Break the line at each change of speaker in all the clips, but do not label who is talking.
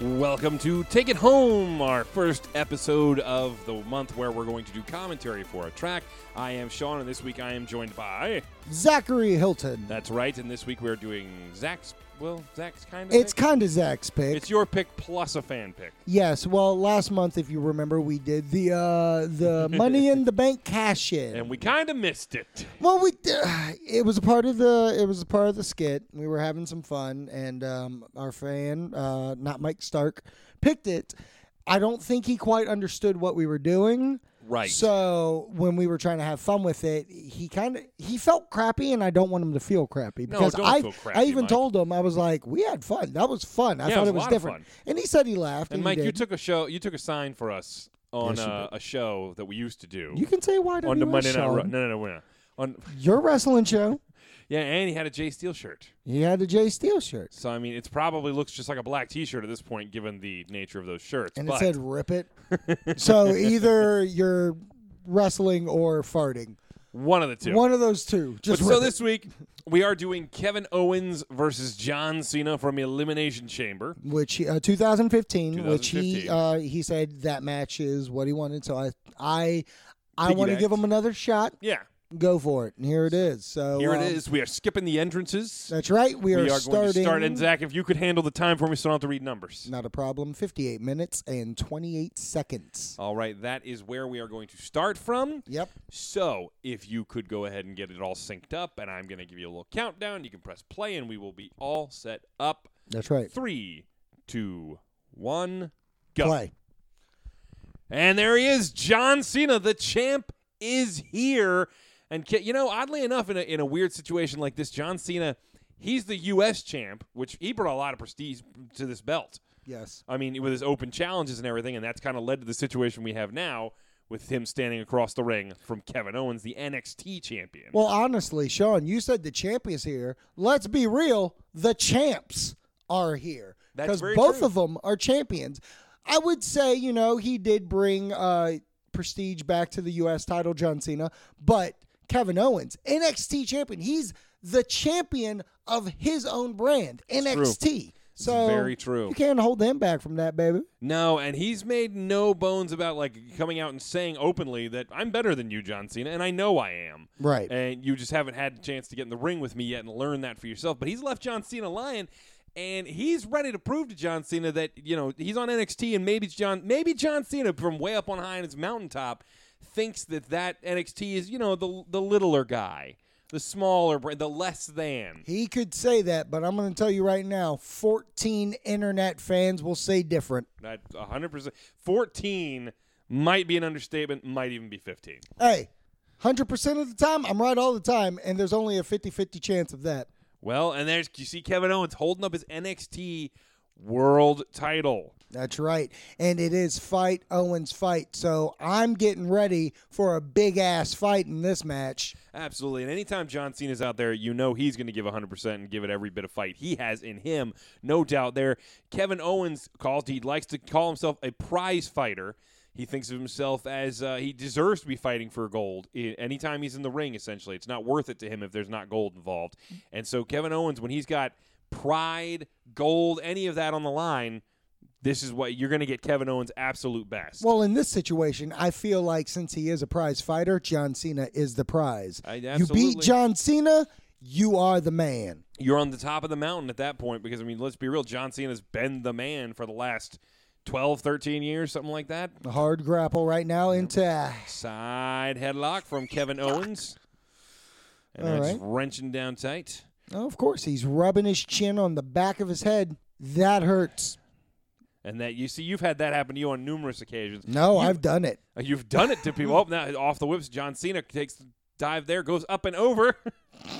Welcome to Take It Home, our first episode of the month where we're going to do commentary for a track. I am Sean, and this week I am joined by.
Zachary Hilton.
That's right, and this week we're doing Zach's. Well, Zach's kind of.
It's
pick.
kind of Zach's pick.
it's your pick plus a fan pick.
yes. Well, last month, if you remember, we did the uh, the Money in the Bank cash in.
And we kind of missed it.
well, we it was a part of the it was a part of the skit. We were having some fun, and um, our fan, uh, not Mike Stark, picked it. I don't think he quite understood what we were doing.
Right.
So when we were trying to have fun with it, he kind of he felt crappy, and I don't want him to feel crappy
No,
because
don't
I
feel crappy,
I even
Mike.
told him I was like, we had fun. That was fun. I
Yeah, it
thought
was
it
a
was
lot of
different,
fun.
and he said he laughed.
and
he
Mike, you
did.
took a show. You took a sign for us on
Yes, you
uh, a show that we used to do
you can say why
on the Monday Night. Raw- No, no, no, no. On
Your wrestling show,
yeah, and he had a Jay Steele shirt.
he had a Jay Steele shirt,
So I mean, it's probably looks just like a black T-shirt at this point, given the nature of those shirts.
and
but
it said "Rip it." so either you're wrestling or farting,
one of the two.
one of those two.
but
Just
so
rip it.
this week we are doing Kevin Owens versus John Cena from Elimination Chamber.
which he- uh, 2015, which he
2015.
uh, he said that match is what he wanted. So I I I want to
Piggybacked.
give him another shot.
Yeah,
Go for it. And here it is. So
here
um,
it is. We are skipping the entrances.
That's right. We are,
we are
starting.
going to start. And Zach, if you could handle the time for me, so I don't have to read numbers.
Not a problem. 58 minutes and 28 seconds.
All right, that is where we are going to start from.
Yep.
So, if you could go ahead and get it all synced up, and I'm going to give you a little countdown. You can press play, and we will be all set up.
That's right.
Three, two, one, go.
Play.
And there he is, John Cena, the champ is here. And ca- you know, oddly enough, in a, in a weird situation like this, John Cena, he's the U.S. champ, which he brought a lot of prestige to this belt.
Yes.
I mean, with his open challenges and everything, and that's kind of led to the situation we have now with him standing across the ring from Kevin Owens, the NXT champion.
Well, honestly, Sean, you said the champions here. Let's be real. The champs are here
That's
because
very
both
true.
of them are champions. I would say, you know, he did bring uh, prestige back to the U.S. title, John Cena, but Kevin Owens, NXT champion, he's the champion of his own brand, NXT. So
very true.
You can't hold him back from that, baby.
No, and he's made no bones about like coming out and saying openly that I'm better than you, John Cena, and I know I am.
Right.
And you just haven't had a chance to get in the ring with me yet and learn that for yourself. But he's left John Cena lying, and he's ready to prove to John Cena that you know he's on NXT, and maybe it's John, maybe John Cena from way up on high in his mountaintop thinks that that NXT is you know the the littler guy, the smaller, bra- the less than.
He could say that, but I'm going to tell you right now, 14 internet fans will say different.
That 100 percent. 14 might be an understatement. Might even be 15.
Hey, 100% of the time, I'm right all the time, and there's only a 50 50 chance of that.
Well, and there's you see Kevin Owens holding up his NXT World Title.
That's right. And it is fight Owens fight. So I'm getting ready for a big ass fight in this match.
Absolutely. And anytime John Cena's out there, you know he's going to give 100% and give it every bit of fight he has in him. No doubt there. Kevin Owens calls, he likes to call himself a prize fighter. He thinks of himself as uh, he deserves to be fighting for gold i- anytime he's in the ring, essentially. It's not worth it to him if there's not gold involved. And so, Kevin Owens, when he's got pride, gold, any of that on the line, this is what you're going to get Kevin Owens' absolute best.
Well, in this situation, I feel like since he is a prize fighter, John Cena is the prize.
I-
you beat
absolutely.
John Cena, you are the man.
you're on the top of the mountain at that point because I mean, let's be real, John Cena's been the man for the last 12, 13 years, something like that.
A hard grapple right now into uh,
Side headlock from Kevin Owens. And
All
that's
right.
wrenching down tight.
Oh, of course, he's rubbing his chin on the back of his head. That hurts.
And that you see, you've had that happen to you on numerous occasions.
No,
You-
I've done it.
You've done it to people. Oh, now off the whips. John Cena takes the dive there, goes up and over.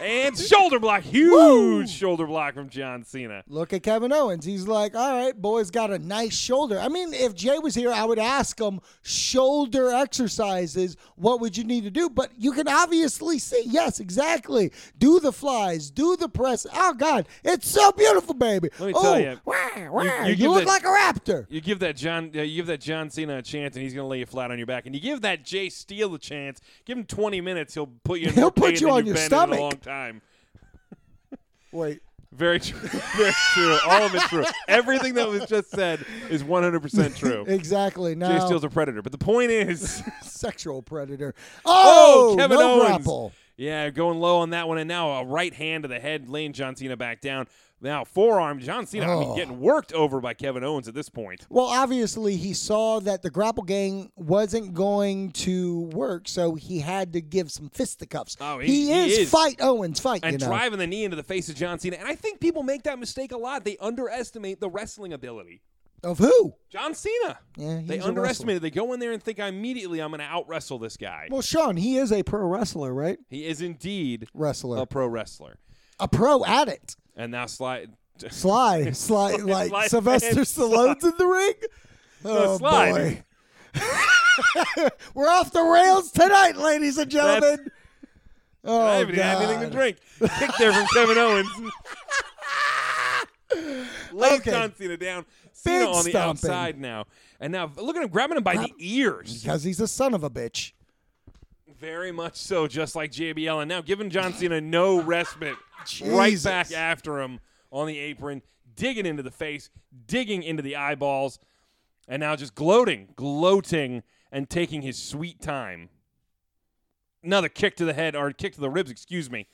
and shoulder block. Huge shoulder block from John Cena.
Look at Kevin Owens. He's like, all right, boy's got a nice shoulder. I mean, if Jay was here, I would ask him shoulder exercises. What would you need to do? But you can obviously see, yes, exactly. Do the flies, do the press. Oh, God, it's so beautiful, baby.
Let me
oh,
tell ya,
wah, wah,
you
you
give
look
that-
like a raptor.
You give that John, uh, you give that John Cena a chance, and he's going to lay you flat on your back. And you give that Jay Steele a chance. Give him twenty minutes; he'll put you. In
He'll
more
put
pain
you
than
on
you've
your
been
stomach.
in a long time.
Wait.
Very true. Very true. All of it's true. Everything that was just said is 100% true.
Exactly.
Jay
Now,
Steele's a predator. But the point is,
sexual predator.
oh,
Oh,
Kevin
no
Owens.
grapple.
Yeah, going low on that one. And now a right hand to the head, laying John Cena back down. Now, forearm, John Cena, I mean,
Oh.
getting worked over by Kevin Owens at this point.
Well, obviously, he saw that the grapple gang wasn't going to work, so he had to give some fisticuffs.
Oh, he-
he,
he
is,
is.
fight Owens, fight,
And
you know.
driving the knee into the face of John Cena. And I think people make that mistake a lot. They underestimate the wrestling ability.
of who?
John Cena.
Yeah, he's
they
a wrestler.
underestimate it. They go in there and think immediately I'm going to out wrestle this guy.
Well, Sean, he is a pro wrestler, right?
He is indeed
Wrestler.
a pro wrestler.
a pro at it.
And now slide.
Sly, Sly, like
Sly
Sylvester
and
Stallone's in the ring. Oh
Sly.
boy, we're off the rails tonight, ladies and gentlemen. Oh,
I haven't even had anything to
God.
drink. Kick there from Kevin Owens. Lays
Okay.
John Cena down. Cena
Big
on the
stomping.
outside now. And now look at him grabbing him by the ears.
Because he's a son of a bitch.
Very much so, just like JBL. And now giving John Cena no respite. Right
Jesus.
back after him on the apron, digging into the face, digging into the eyeballs, and now just gloating, gloating, and taking his sweet time. Another kick to the head, or kick to the ribs, excuse me.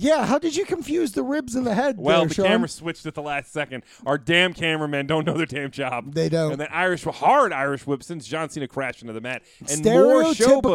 Yeah, how did you confuse the ribs and the head?
Well,
there,
the
Sean?
camera switched at the last second. Our damn cameramen don't know their damn job.
They don't.
And that Irish hard Irish whip since John Cena crashed into the mat. And more
Stereotypical.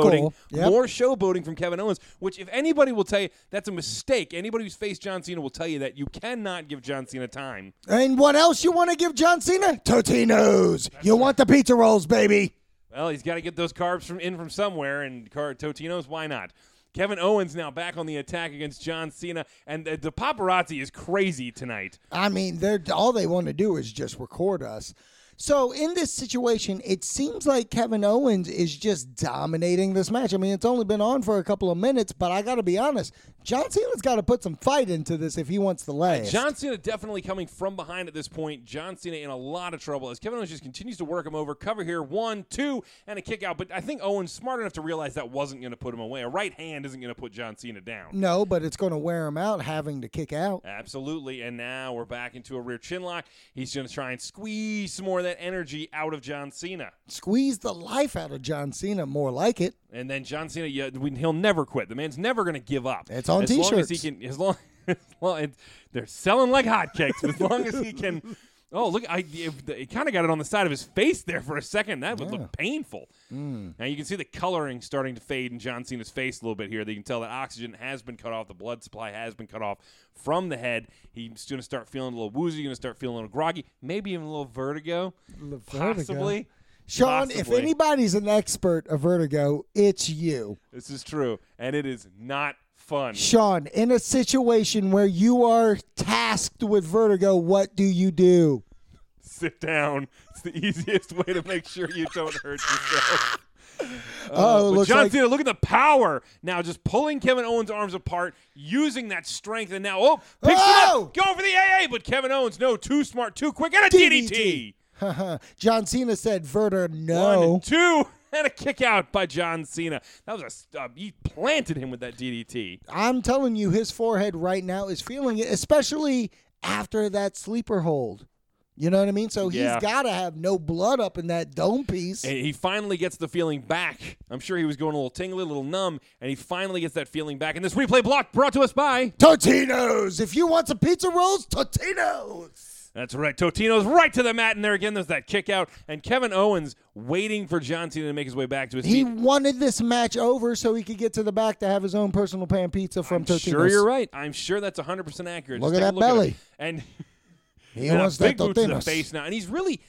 showboating,
Yep.
more showboating from Kevin Owens. Which, if anybody will tell you, that's a mistake. Anybody who's faced John Cena will tell you that you cannot give John Cena time.
And what else you want to give John Cena? Totino's. You want the pizza rolls, baby?
Well, he's got to get those carbs from in from somewhere, and Car- Totino's, why not? Kevin Owens now back on the attack against John Cena, and the, the paparazzi is crazy tonight.
I mean, they're all they want to do is just record us. So in this situation, it seems like Kevin Owens is just dominating this match. I mean, it's only been on for a couple of minutes, but I got to be honest, John Cena's got to put some fight into this if he wants to last.
John Cena definitely coming from behind at this point. John Cena in a lot of trouble as Kevin Owens just continues to work him over. Cover here, one, two, and a kick out. But I think Owens smart enough to realize that wasn't going to put him away. A right hand isn't going to put John Cena down.
no, but it's going to wear him out having to kick out.
Absolutely. And now we're back into a rear chin lock. He's going to try and squeeze some more of that energy out of John Cena.
Squeeze the life out of John Cena, more like it.
And then John Cena, yeah, we- he'll never quit. The man's never going to give up.
It's on
as Long as he
t-shirts.
can, as long, as long and they're selling like hotcakes. as long as he can. Oh, look! I if the- he kind of got it on the side of his face there for a second. That would look painful.
Mm.
Now you can see the coloring starting to fade in John Cena's face a little bit here. They can tell that oxygen has been cut off. The blood supply has been cut off from the head. He's going to start feeling a little woozy. Going to start feeling a little groggy. Maybe even a little vertigo.
little vertigo.
Possibly.
Sean, if
Possibly.
anybody's an expert of vertigo, it's you.
This is true, and it is not fun.
Sean, in a situation where you are tasked with vertigo, what do you do?
sit down. It's the easiest way to make sure you don't hurt yourself.
Oh, it
But
looks
Uh, John
like
Cena, look at the power now, just pulling Kevin Owens' arms apart, using that strength, and now oh, picks
Oh!
it up, go for the AA, but Kevin Owens, no, too smart, too quick, and a DDT.
DDT. John Cena said, "Verter,
One,
no."
two, and a kick out by John Cena. That was a st- uh, he planted him with that DDT.
I'm telling you, his forehead right now is feeling it, especially after that sleeper hold. You know what I mean? So
Yeah.
he's got to have no blood up in that dome piece.
And he finally gets the feeling back. I'm sure he was going a little tingly, a little numb, and he finally gets that feeling back. And this replay block brought to us by
Totino's. If you want some pizza rolls, Totino's.
That's right. Totino's right to the mat, and there again, there's that kick out. And Kevin Owens waiting for John Cena to make his way back to his
He
feet.
wanted this match over so he could get to the back to have his own personal pan pizza from Totino's.
Sure, you're right. I'm sure that's 100% accurate.
Look
Just
at
take a
that
look
belly.
it. and
He
and a
wants
big
that
boot to the
Totino's.
face now. And he's really,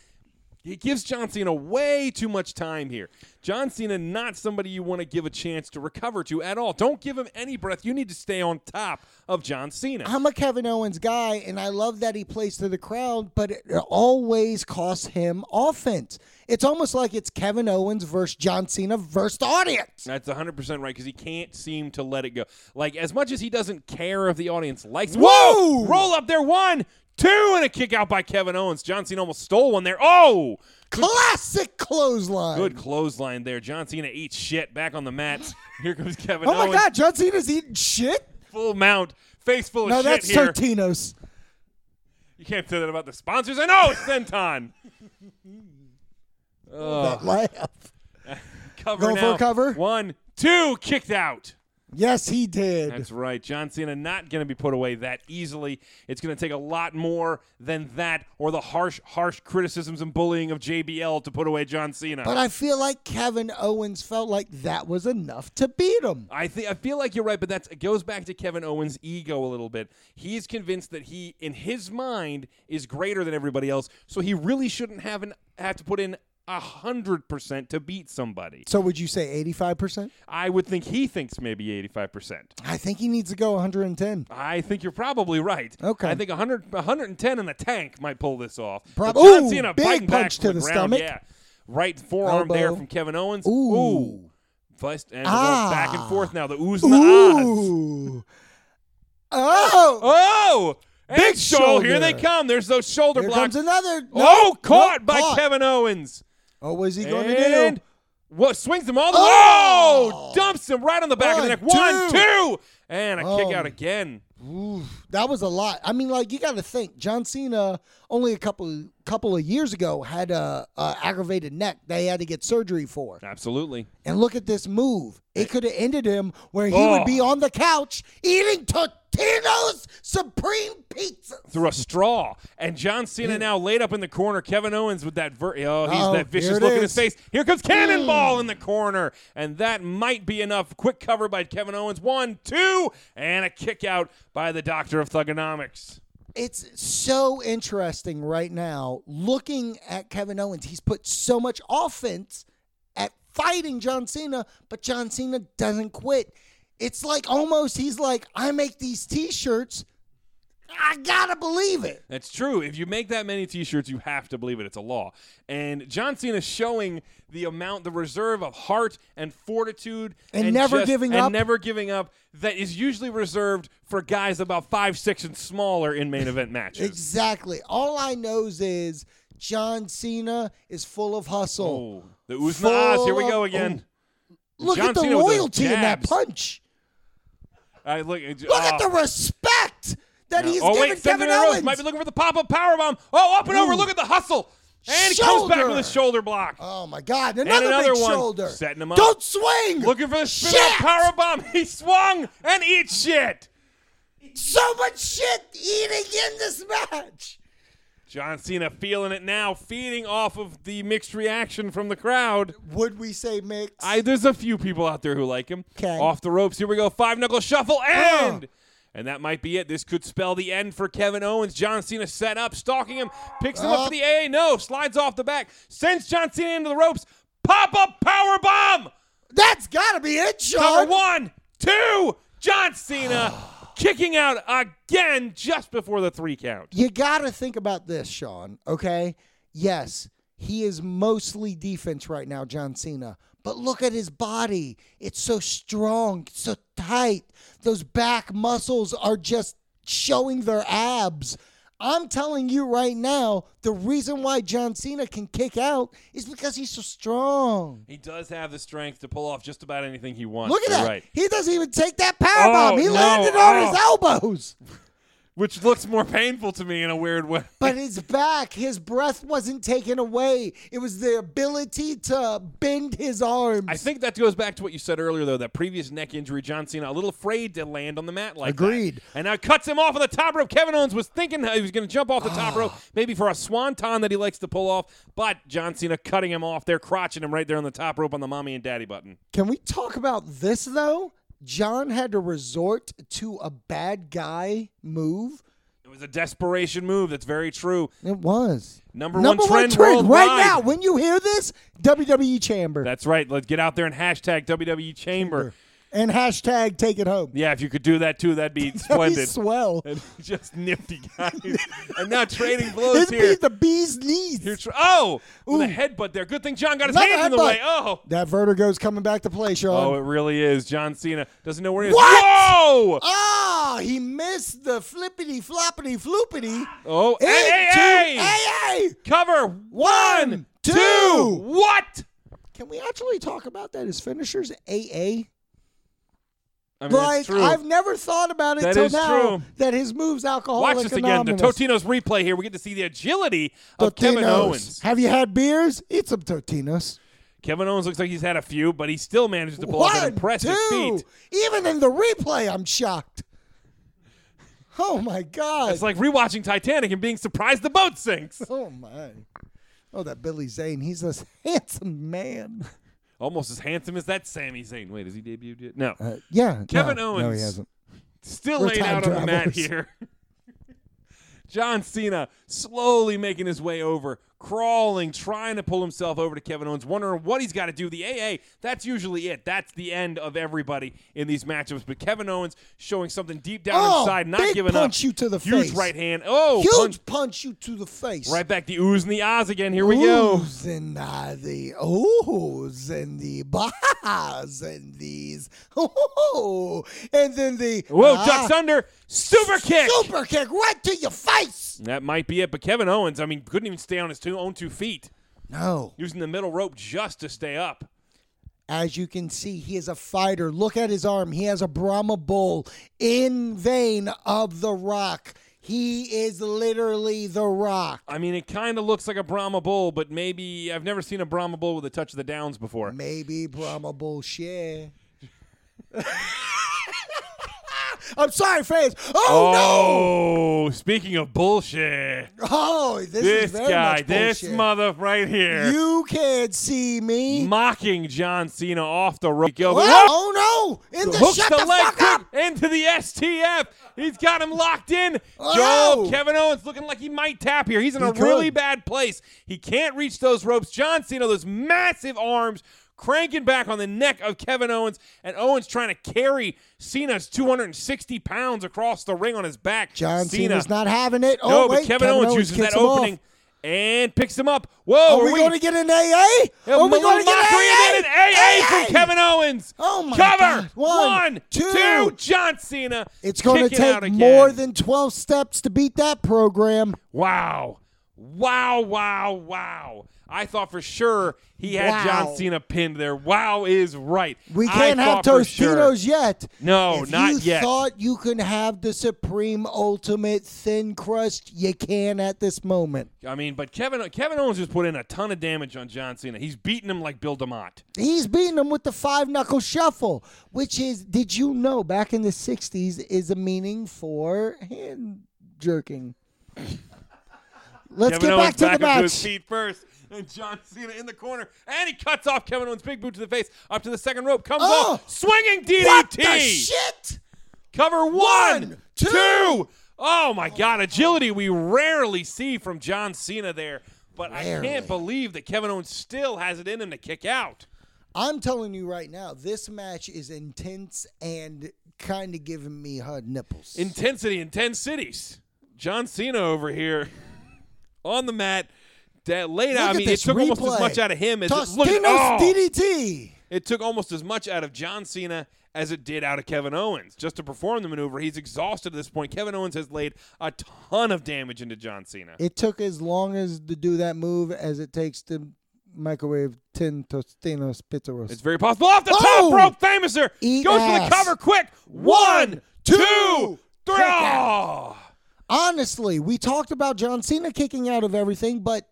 he gives John Cena way too much time here. John Cena, not somebody you want to give a chance to recover to at all. Don't give him any breath. You need to stay on top of John Cena.
I'm a Kevin Owens guy, and I love that he plays to the crowd, but it always costs him offense. It's almost like it's Kevin Owens versus John Cena versus the audience.
That's 100% right because he can't seem to let it go. Like, as much as he doesn't care if the audience likes
Whoa!
Roll up there. One, two, and a kick out by Kevin Owens. John Cena almost stole one there. Oh!
Classic clothesline.
Good clothesline there. John Cena eats shit back on the mat. Here comes Kevin
oh my
Owens.
God, John Cena's eating shit?
Full mount. Face full of
No,
shit
that's
here.
Tartino's.
You can't say that about the sponsors. I know, Centon. Ugh.
That laugh.
cover
Going for a
now.
cover?
One, two, kicked out.
Yes, he did.
That's right. John Cena not going to be put away that easily. It's going to take a lot more than that or the harsh, harsh criticisms and bullying of JBL to put away John Cena.
but I feel like Kevin Owens felt like that was enough to beat him.
I think I feel like you're right, but that's it goes back to Kevin Owens' ego a little bit. He's convinced that he, in his mind, is greater than everybody else, so he really shouldn't have an, have to put in a hundred percent to beat somebody.
So would you say 85%?
I would think he thinks maybe eighty-five percent.
I think he needs to go 110.
I think you're probably right.
Okay.
I think 100, 110 in the tank might pull this off.
Prob-
But John
Ooh,
Cena
big
biting back
punch
from
to the
ground.
stomach.
Yeah. Right forearm there
Elbow.
from Kevin Owens.
Ooh.
Fist and
Ah.
back and forth now. The oohs and the ahs.
Ooh. Oh.
Oh! And
Big
Joel, here
shoulder.
they come. There's those shoulder
Here
blocks.
comes another.
oh,
No,
caught
no,
by
caught.
Kevin Owens.
Oh, what is he going
and
to do?
what swings him all the
Oh!
Oh! Dumps him right on the back of the neck.
One,
One,
two.
two, and a
Oh.
kick out again.
Oof, that was a lot. I mean, like you got to think. John Cena only a couple couple of years ago had a, a aggravated neck that he had to get surgery for.
Absolutely.
And look at this move. It could have ended him where he
Oh.
would be on the couch eating Totino's Supreme Pizza.
Through a straw, and John Cena now laid up in the corner. Kevin Owens with that ver- oh, he's
Uh-oh,
that
here
vicious
it
look in his
is. Mm.
face. Here comes Cannonball in the corner, and that might be enough. Quick cover by Kevin Owens. One, two, and a kick out by the Doctor of Thugonomics.
It's so interesting right now looking at Kevin Owens. He's put so much offense at fighting John Cena, but John Cena doesn't quit. It's like almost he's like, I make these t shirts. I gotta believe it.
That's true. If you make that many T-shirts, you have to believe it. It's a law. And John Cena showing the amount, the reserve of heart and fortitude,
And never
just-
giving
and
up.
never giving up. That is usually reserved for guys about five, six, and smaller in main event matches.
Exactly. All I knows is John Cena is full of hustle.
Oh, the Uzna's. Here we go
Full-
again.
Look
John
at the
Cena with those
loyalty in that
jabs.
punch.
I look.
Look at the respect that he's
oh
giving
wait,
Kevin
Cena Rose
Owens.
might be looking for the pop-up power bomb. Oh, up and over.
Ooh.
Look at the hustle. And he comes back with a
Shoulder.
shoulder block.
oh my God! Another,
another
big
one.
shoulder.
Setting him up.
Don't swing.
Looking for the spin up
Shit!
power bomb. He swung and eat shit.
so much shit eating in this match.
John Cena feeling it now, feeding off of the mixed reaction from the crowd.
Would we say mix?
I there's a few people out there who like him.
'Kay.
Off the ropes. Here we go. Five knuckle shuffle and and that might be it. This could spell the end for Kevin Owens. John Cena set up, stalking him, picks him up for
Up.
the AA. No, slides off the back, sends John Cena into the ropes. Pop up power bomb.
That's gotta be it,
Cover
Sean.
one, two. John Cena kicking out again just before the three count.
You gotta think about this, Sean. Okay. Yes, he is mostly defense right now, John Cena. But look at his body. It's so strong, so tight. Those back muscles are just showing their abs. I'm telling you right now, the reason why John Cena can kick out is because he's so strong.
He does have the strength to pull off just about anything he wants.
Look at
You're
that.
Right.
He doesn't even take that power bomb.
Oh,
He
no.
landed on his
Oh.
elbows.
Which looks more painful to me in a weird way.
But his back, his breath wasn't taken away. It was the ability to bend his arms.
I think that goes back to what you said earlier, though. That previous neck injury, John Cena, a little afraid to land on the mat like that.
Agreed.
And now cuts him off on the top rope. Kevin Owens was thinking he was going to jump off the top rope, maybe for a swanton that he likes to pull off. But John Cena cutting him off there, crotching him right there on the top rope on the mommy and daddy button.
Can we talk about this though? John had to resort to a bad guy move.
It was a desperation move. That's very true.
It was
Number one
number
trend
right
worldwide.
now. When you hear this, WWE Chamber
That's right. Let's get out there and hashtag WWE Chamber.
and hashtag Take It Home.
Yeah, if you could do that too, that'd be
That'd
splendid.
be swell.
and just nifty guys. and now trading blows
It'd be
here.
the bee's knees.
Here tra- oh, with a headbutt there. Good thing John got his
Another
hands in the
headbutt.
way. Oh.
that vertigo's coming back to play,
Oh,
Sean.
it really is. John Cena doesn't know where he is.
What?
Whoa!
Ah, he missed the flippity floppity floopity.
Oh, hey, hey, hey!
hey, hey!
Cover. One,
One, two.
What?
Can we actually talk about that as finishers? AA?
I mean,
like
that's true.
I've never thought about it
That
till
is
now
true.
that his moves alcoholic
Watch this again. The
anonymous.
Totino's replay here. We get to see the agility of Kevin
Totinos.
Owens.
Have you had beers? Eat some Totinos.
Kevin Owens looks like he's had a few, but he still manages to pull off an
One,
impressive
two.
feat.
Even in the replay, I'm shocked. Oh my god!
It's like rewatching Titanic and being surprised the boat sinks.
oh my. Oh, that Billy Zane. He's this handsome man.
Almost as handsome as that Sami Zayn. Wait, has he debuted yet? No.
Uh, yeah.
Kevin
no, No, he
Owens.
hasn't.
Still
We're
laid
time
out on the mat
travelers.
here. John Cena slowly making his way over, crawling, trying to pull himself over to Kevin Owens, wondering what he's got to do. The AA, that's usually it. That's the end of everybody in these matchups. But Kevin Owens showing something deep down
Oh,
inside, not
big
giving
punch
up.
you to the
Huge
face.
right hand. Oh,
Huge
punch.
punch. you to the face.
Right back, the oohs and the ahs again. Here we go.
Oohs and uh, the oohs and the bahs and these. Oh, and then the.
Whoa,
ah,
ducks under. Super kick.
Super kick right to your face.
That might be it. But Kevin Owens, I mean, couldn't even stay on his two, own two feet,
No.
using the middle rope just to stay up.
As you can see, he is a fighter. Look at his arm. He has a Brahma bull in vein of the rock. He is literally the rock.
I mean, it kind of looks like a Brahma bull, but maybe I've never seen a Brahma bull with a touch of the downs before.
Maybe Brahma bullshit. I'm sorry, Faze. Oh,
Oh, speaking of bullshit,
no! Oh, this, is
this
very
guy,
much
this
bullshit.
mother right here,
You can't see me.
mocking John Cena off the rope. Go,
Oh, oh no! In the
hooks
shut
the,
the,
leg
fuck
hook
up.
into the STF. He's got him locked in.
Oh!
Joe Kevin Owens looking like he might tap here. He's in
He
a really
could.
bad place. He can't reach those ropes. John Cena, those massive arms cranking back on the neck of Kevin Owens, and Owens trying to carry Cena's 260 pounds across the ring on his back.
John
Cena.
Cena's not having it. Oh
no,
wait,
but Kevin, Owens, uses
kicks
that
him off.
opening and picks him up. Whoa,
Are
are
we, going to get an AA?
yeah,
Are we
Malone
going to get
Mockery and then an AA,
AA?
from Kevin Owens.
Oh, my
Cover.
God. One,
One,
two.
two. John Cena.
It's going to
kicking out
take
again.
more than 12 steps to beat that program.
Wow. Wow, wow, wow. I thought for sure he had
Wow.
John Cena pinned there. Wow is right.
We
I
can't have
thought for sure-
Tostitos yet.
No,
if
not
you
yet.
thought you could have the supreme ultimate thin crust, you can at this moment.
I mean, but Kevin Kevin Owens just put in a ton of damage on John Cena. He's beating him like Bill DeMott.
He's beating them with the five knuckle shuffle, which is, did you know, back in the 60s is a meaning for hand jerking. Let's
Kevin
get
Owens
back to the
up to his
match.
feet first. And John Cena in the corner. And he cuts off Kevin Owens' big boot to the face. Up to the second rope. Comes
Oh!
off. Swinging DDT.
What the shit?
Cover one,
One,
two.
two.
Oh my God! Agility we rarely see from John Cena there, but I
Rarely.
can't believe that Kevin Owens still has it in him to kick out.
I'm telling you right now, this match is intense and kind of giving me hard nipples.
Intensity in ten cities. John Cena over here on the mat. That laid out. I
at
mean, it
this
took almost as
replay.
much out of him as it, look,
Tostino's
oh!
DDT.
it took almost as much out of John Cena as it did out of Kevin Owens just to perform the maneuver. He's exhausted at this point. Kevin Owens has laid a ton of damage into John Cena.
It took as long as to do that move as it takes to microwave ten Tostinos pizzeros.
It's very possible. Off the
Oh!
top rope, Famouser
Eat
goes for
ass.
the cover quick. One,
One,
two,
two,
three.
kick
Oh.
honestly, we talked about John Cena kicking out of everything, but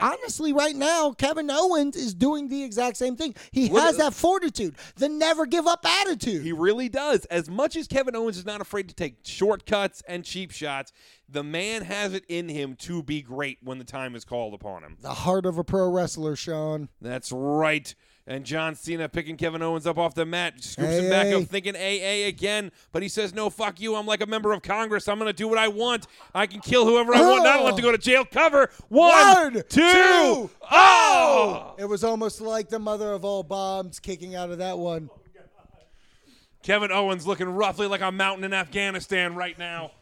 honestly, right now, Kevin Owens is doing the exact same thing. He
What-
has that fortitude, the never give up attitude.
He really does. As much as Kevin Owens is not afraid to take shortcuts and cheap shots, the man has it in him to be great when the time is called upon him.
the heart of a pro wrestler, Sean.
That's right. And John Cena picking Kevin Owens up off the mat, scoops him
AA.
back up, thinking AA again. But he says, No, fuck you. I'm like a member of Congress. I'm going to do what I want. I can kill whoever I want. I don't have to go to jail. Cover. One,
One,
two, oh.
two, oh! It was almost like the mother of all bombs kicking out of that one.
Kevin Owens looking roughly like a mountain in Afghanistan right now.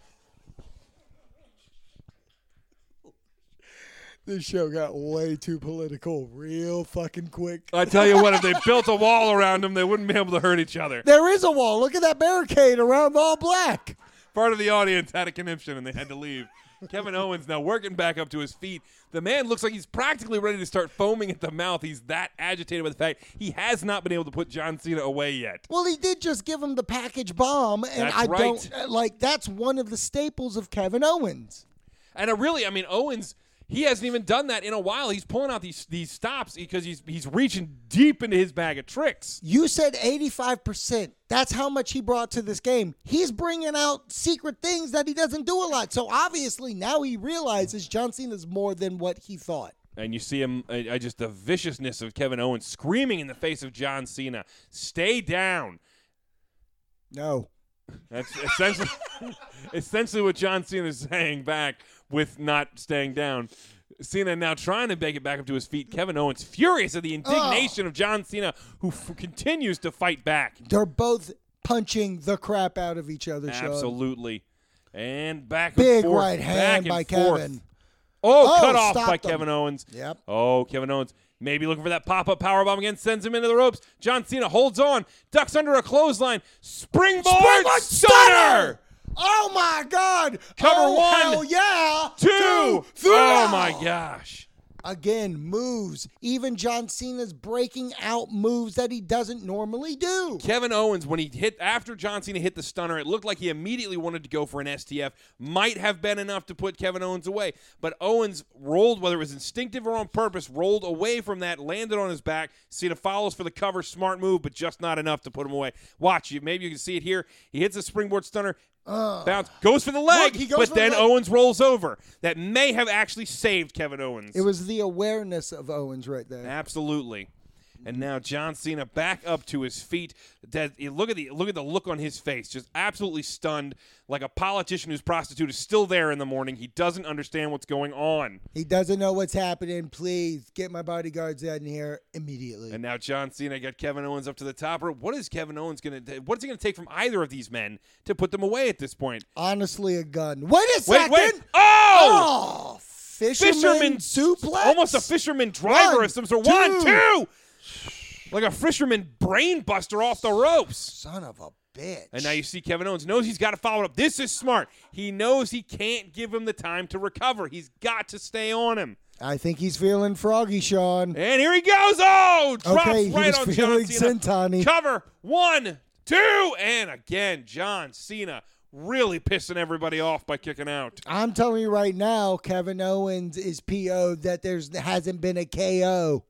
This show got way too political real fucking quick.
I tell you what, if they built a wall around him, they wouldn't be able to hurt each other.
There is a wall. Look at that barricade around all black.
Part of the audience had a conniption and they had to leave. Kevin Owens now working back up to his feet. The man looks like he's practically ready to start foaming at the mouth. He's that agitated by the fact he has not been able to put John Cena away yet.
Well, he did just give him the package bomb, and
That's
I
right.
don't like. That's one of the staples of Kevin Owens.
And I really, I mean, Owens, he hasn't even done that in a while. He's pulling out these these stops because he's he's reaching deep into his bag of tricks.
You said 85%. That's how much he brought to this game. He's bringing out secret things that he doesn't do a lot. So obviously now he realizes John Cena's more than what he thought.
And you see him, I, I just the viciousness of Kevin Owens screaming in the face of John Cena, "Stay down."
No.
That's essentially essentially what John Cena is saying back with not staying down. Cena now trying to make it back up to his feet. Kevin Owens furious at the indignation of John Cena, who f- continues to fight back.
They're both punching the crap out of each other, Sean.
Absolutely. And back and
Big
forth.
right hand
back
by
and forth.
Kevin.
Oh,
Oh,
cut off
stopped
by
him.
Kevin Owens.
Yep.
Oh, Kevin Owens. Maybe looking for that pop-up powerbomb again. Sends him into the ropes. John Cena holds on. Ducks under a clothesline. Springboard,
Springboard
stunner!
Oh my God!
Cover
oh,
one,
Hell yeah!
Two!
three.
Oh, my gosh.
Again, moves. Even John Cena's breaking out moves that he doesn't normally do.
Kevin Owens, when he hit after John Cena hit the stunner, it looked like he immediately wanted to go for an STF. Might have been enough to put Kevin Owens away, but Owens rolled, whether it was instinctive or on purpose, rolled away from that, landed on his back. Cena follows for the cover, smart move, but just not enough to put him away. Watch, you maybe you can see it here. He hits a springboard stunner. bounce goes for the leg,
Look, he goes
but
for the
then
leg.
Owens rolls over. That may have actually saved Kevin Owens.
It was the awareness of Owens right there.
Absolutely. And now John Cena back up to his feet. That you look at the look at the look on his face, just absolutely stunned, like a politician whose prostitute is still there in the morning. He doesn't understand what's going on.
He doesn't know what's happening. Please get my bodyguards out in here immediately.
And now John Cena got Kevin Owens up to the top rope. What is Kevin Owens gonna? What is he gonna take from either of these men to put them away at this point?
Honestly, a gun. Wait a
Wait,
second.
wait! Oh,
Oh, fisherman,
fisherman
suplex.
Almost a fisherman driver
One,
of some sort. One,
two.
two, like a fisherman brain buster off the ropes.
Son of a bitch.
And now you see Kevin Owens knows he's got to follow it up. This is smart. He knows he can't give him the time to recover. He's got to stay on him.
I think he's feeling froggy, Sean.
And here he goes. Oh, drops
Okay, he
right
was
on John
feeling
Cena.
Santani.
Cover one, two, and again, John Cena really pissing everybody off by kicking out.
I'm telling you right now, Kevin Owens is PO'd that there's hasn't been a KO.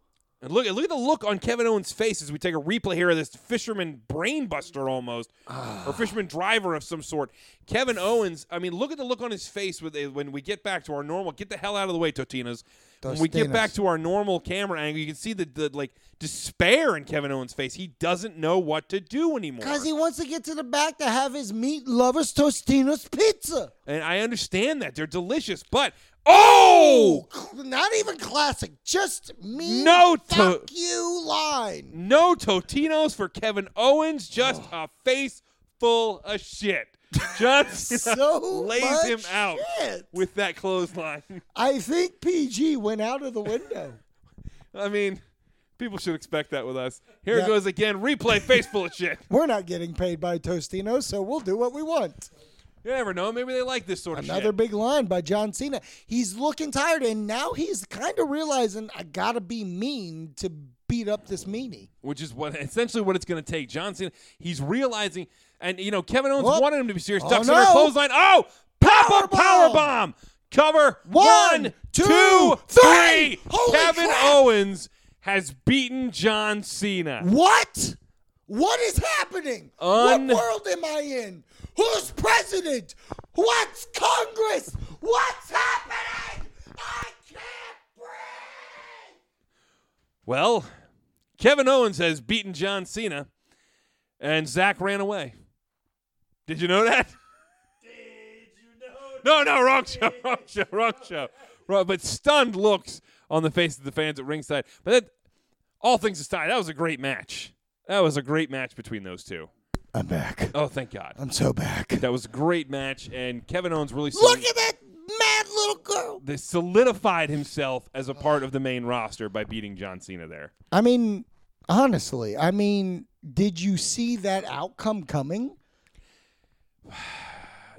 And look, look at the look on Kevin Owens' face as we take a replay here of this fisherman brainbuster almost,
Ah.
or fisherman driver of some sort. Kevin Owens, I mean, look at the look on his face with eh, when we get back to our normal. Get the hell out of the way, Totinas. When we get
Tostinas.
back to our normal camera angle, you can see the, the like despair in Kevin Owens' face. He doesn't know what to do anymore.
Because he wants to get to the back to have his meat lovers Tostinos pizza.
and I understand that they're delicious, but oh,
Not even classic, just me.
No to-
fuck you line.
no Totinos for Kevin Owens. Just a face full of shit. John Cena
So
lays
much
him out
shit.
with that clothesline.
I think PG went out of the window.
I mean, people should expect that with us. Here it
Yeah.
goes again. Replay face full of shit.
We're not getting paid by Tostino, so we'll do what we want.
You never know. Maybe they like this sort of
Another
shit.
big line by John Cena. He's looking tired, and now he's kind of realizing I gotta be mean to beat up this meanie.
Which is what essentially what it's going to take. Johnson, he's realizing, and you know, Kevin Owens
Whoop.
wanted him to be serious.
Oh,
Ducks under a
no.
clothesline. Oh, pop a power
Powerbomb.
bomb. Cover one,
One,
two,
two,
three.
three. Holy
Kevin
crap.
Owens has beaten John Cena.
What? What is happening?
Un-
what world am I in? Who's president? What's Congress? What's happening? I can't breathe.
Well, Kevin Owens has beaten John Cena, and Zach ran away. Did you know that? Did you know? No, no, wrong show, wrong show, wrong show. Wrong, but stunned looks on the faces of the fans at ringside. But that, all things aside, that was a great match. That was a great match between those two.
I'm back.
Oh, thank God.
I'm so back.
That was a great match, and Kevin Owens really
Look
soli-
at that mad little girl.
they solidified himself as a part of the main roster by beating John Cena there.
I mean, honestly, I mean, did you see that outcome coming?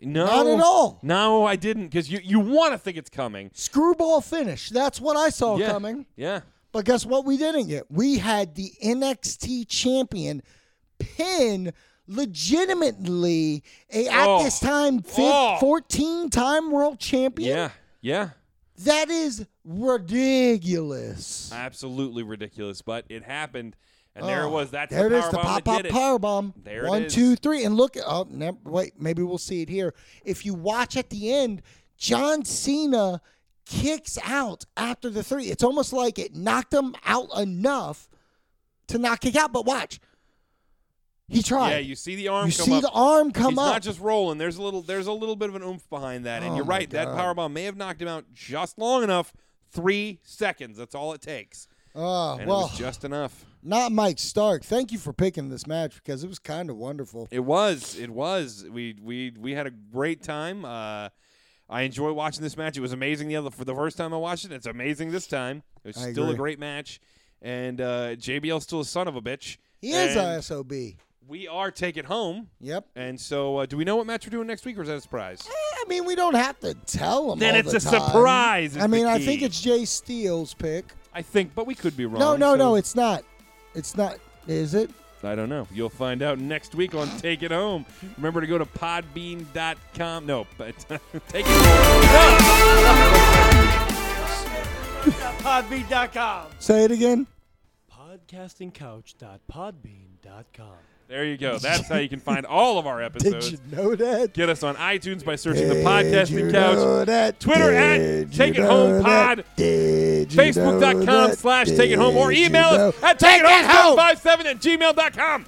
No,
Not at all.
No, I didn't because you you want to think it's coming.
Screwball finish. That's what I saw
yeah.
coming.
Yeah.
But guess what? We didn't get. We had the NXT champion pin legitimately a, at
Oh.
this time fif-
Oh.
14 time world champion.
Yeah. Yeah.
That is ridiculous.
Absolutely ridiculous, but it happened, and there it
Oh,
was. That's
there
the
it is, the
powerbomb
pop
that
pop
did it.
power bomb.
There it
One,
is.
two, three, and look. Oh, ne- wait, maybe we'll see it here. If you watch at the end, John Cena kicks out after the three. It's almost like it knocked him out enough to not kick out. But watch, he tried.
Yeah, you see the arm
You
come
see
up.
the arm come
He's
up.
not just rolling. There's a little. There's a little bit of an oomph behind that, and
Oh
you're
my
right. That
God.
power bomb may have knocked him out just long enough. Three seconds. That's all it takes,
oh
and it
well,
was just enough.
not Mike Stark. Thank you for picking this match because it was kind of wonderful.
It was. It was. We we we had a great time. Uh, I enjoy watching this match. It was amazing the other for the first time I watched it. It's amazing this time. It was
I
still a
agree.
great match, and uh, JBL's still a son of a bitch.
He is
And
a sob.
We are taking home.
Yep.
And so, uh, do we know what match we're doing next week, or is that a surprise?
I mean, we don't have to tell them.
Then
all
it's
the
a
time.
surprise is
I mean,
the
I
key.
think it's Jay Steele's pick.
I think, but we could be wrong.
No, no,
so
no, it's not. It's not. Is it?
I don't know. You'll find out next week on Take It Home. Remember to go to podbean.com. No, but take it home.
Podbean.com.
Say it again.
Podcastingcouch.podbean.com.
There you go. That's how you can find all of our
Did
episodes.
you know that?
Get us on iTunes by searching the
Did you
podcasting couch.
know that?
Twitter at
Did you
Take It
know
Home
that?
Pod.
Did you know
Facebook.com
that?
slash take it home or
Did you
email
know-
us at take it home 57 at gmail.com.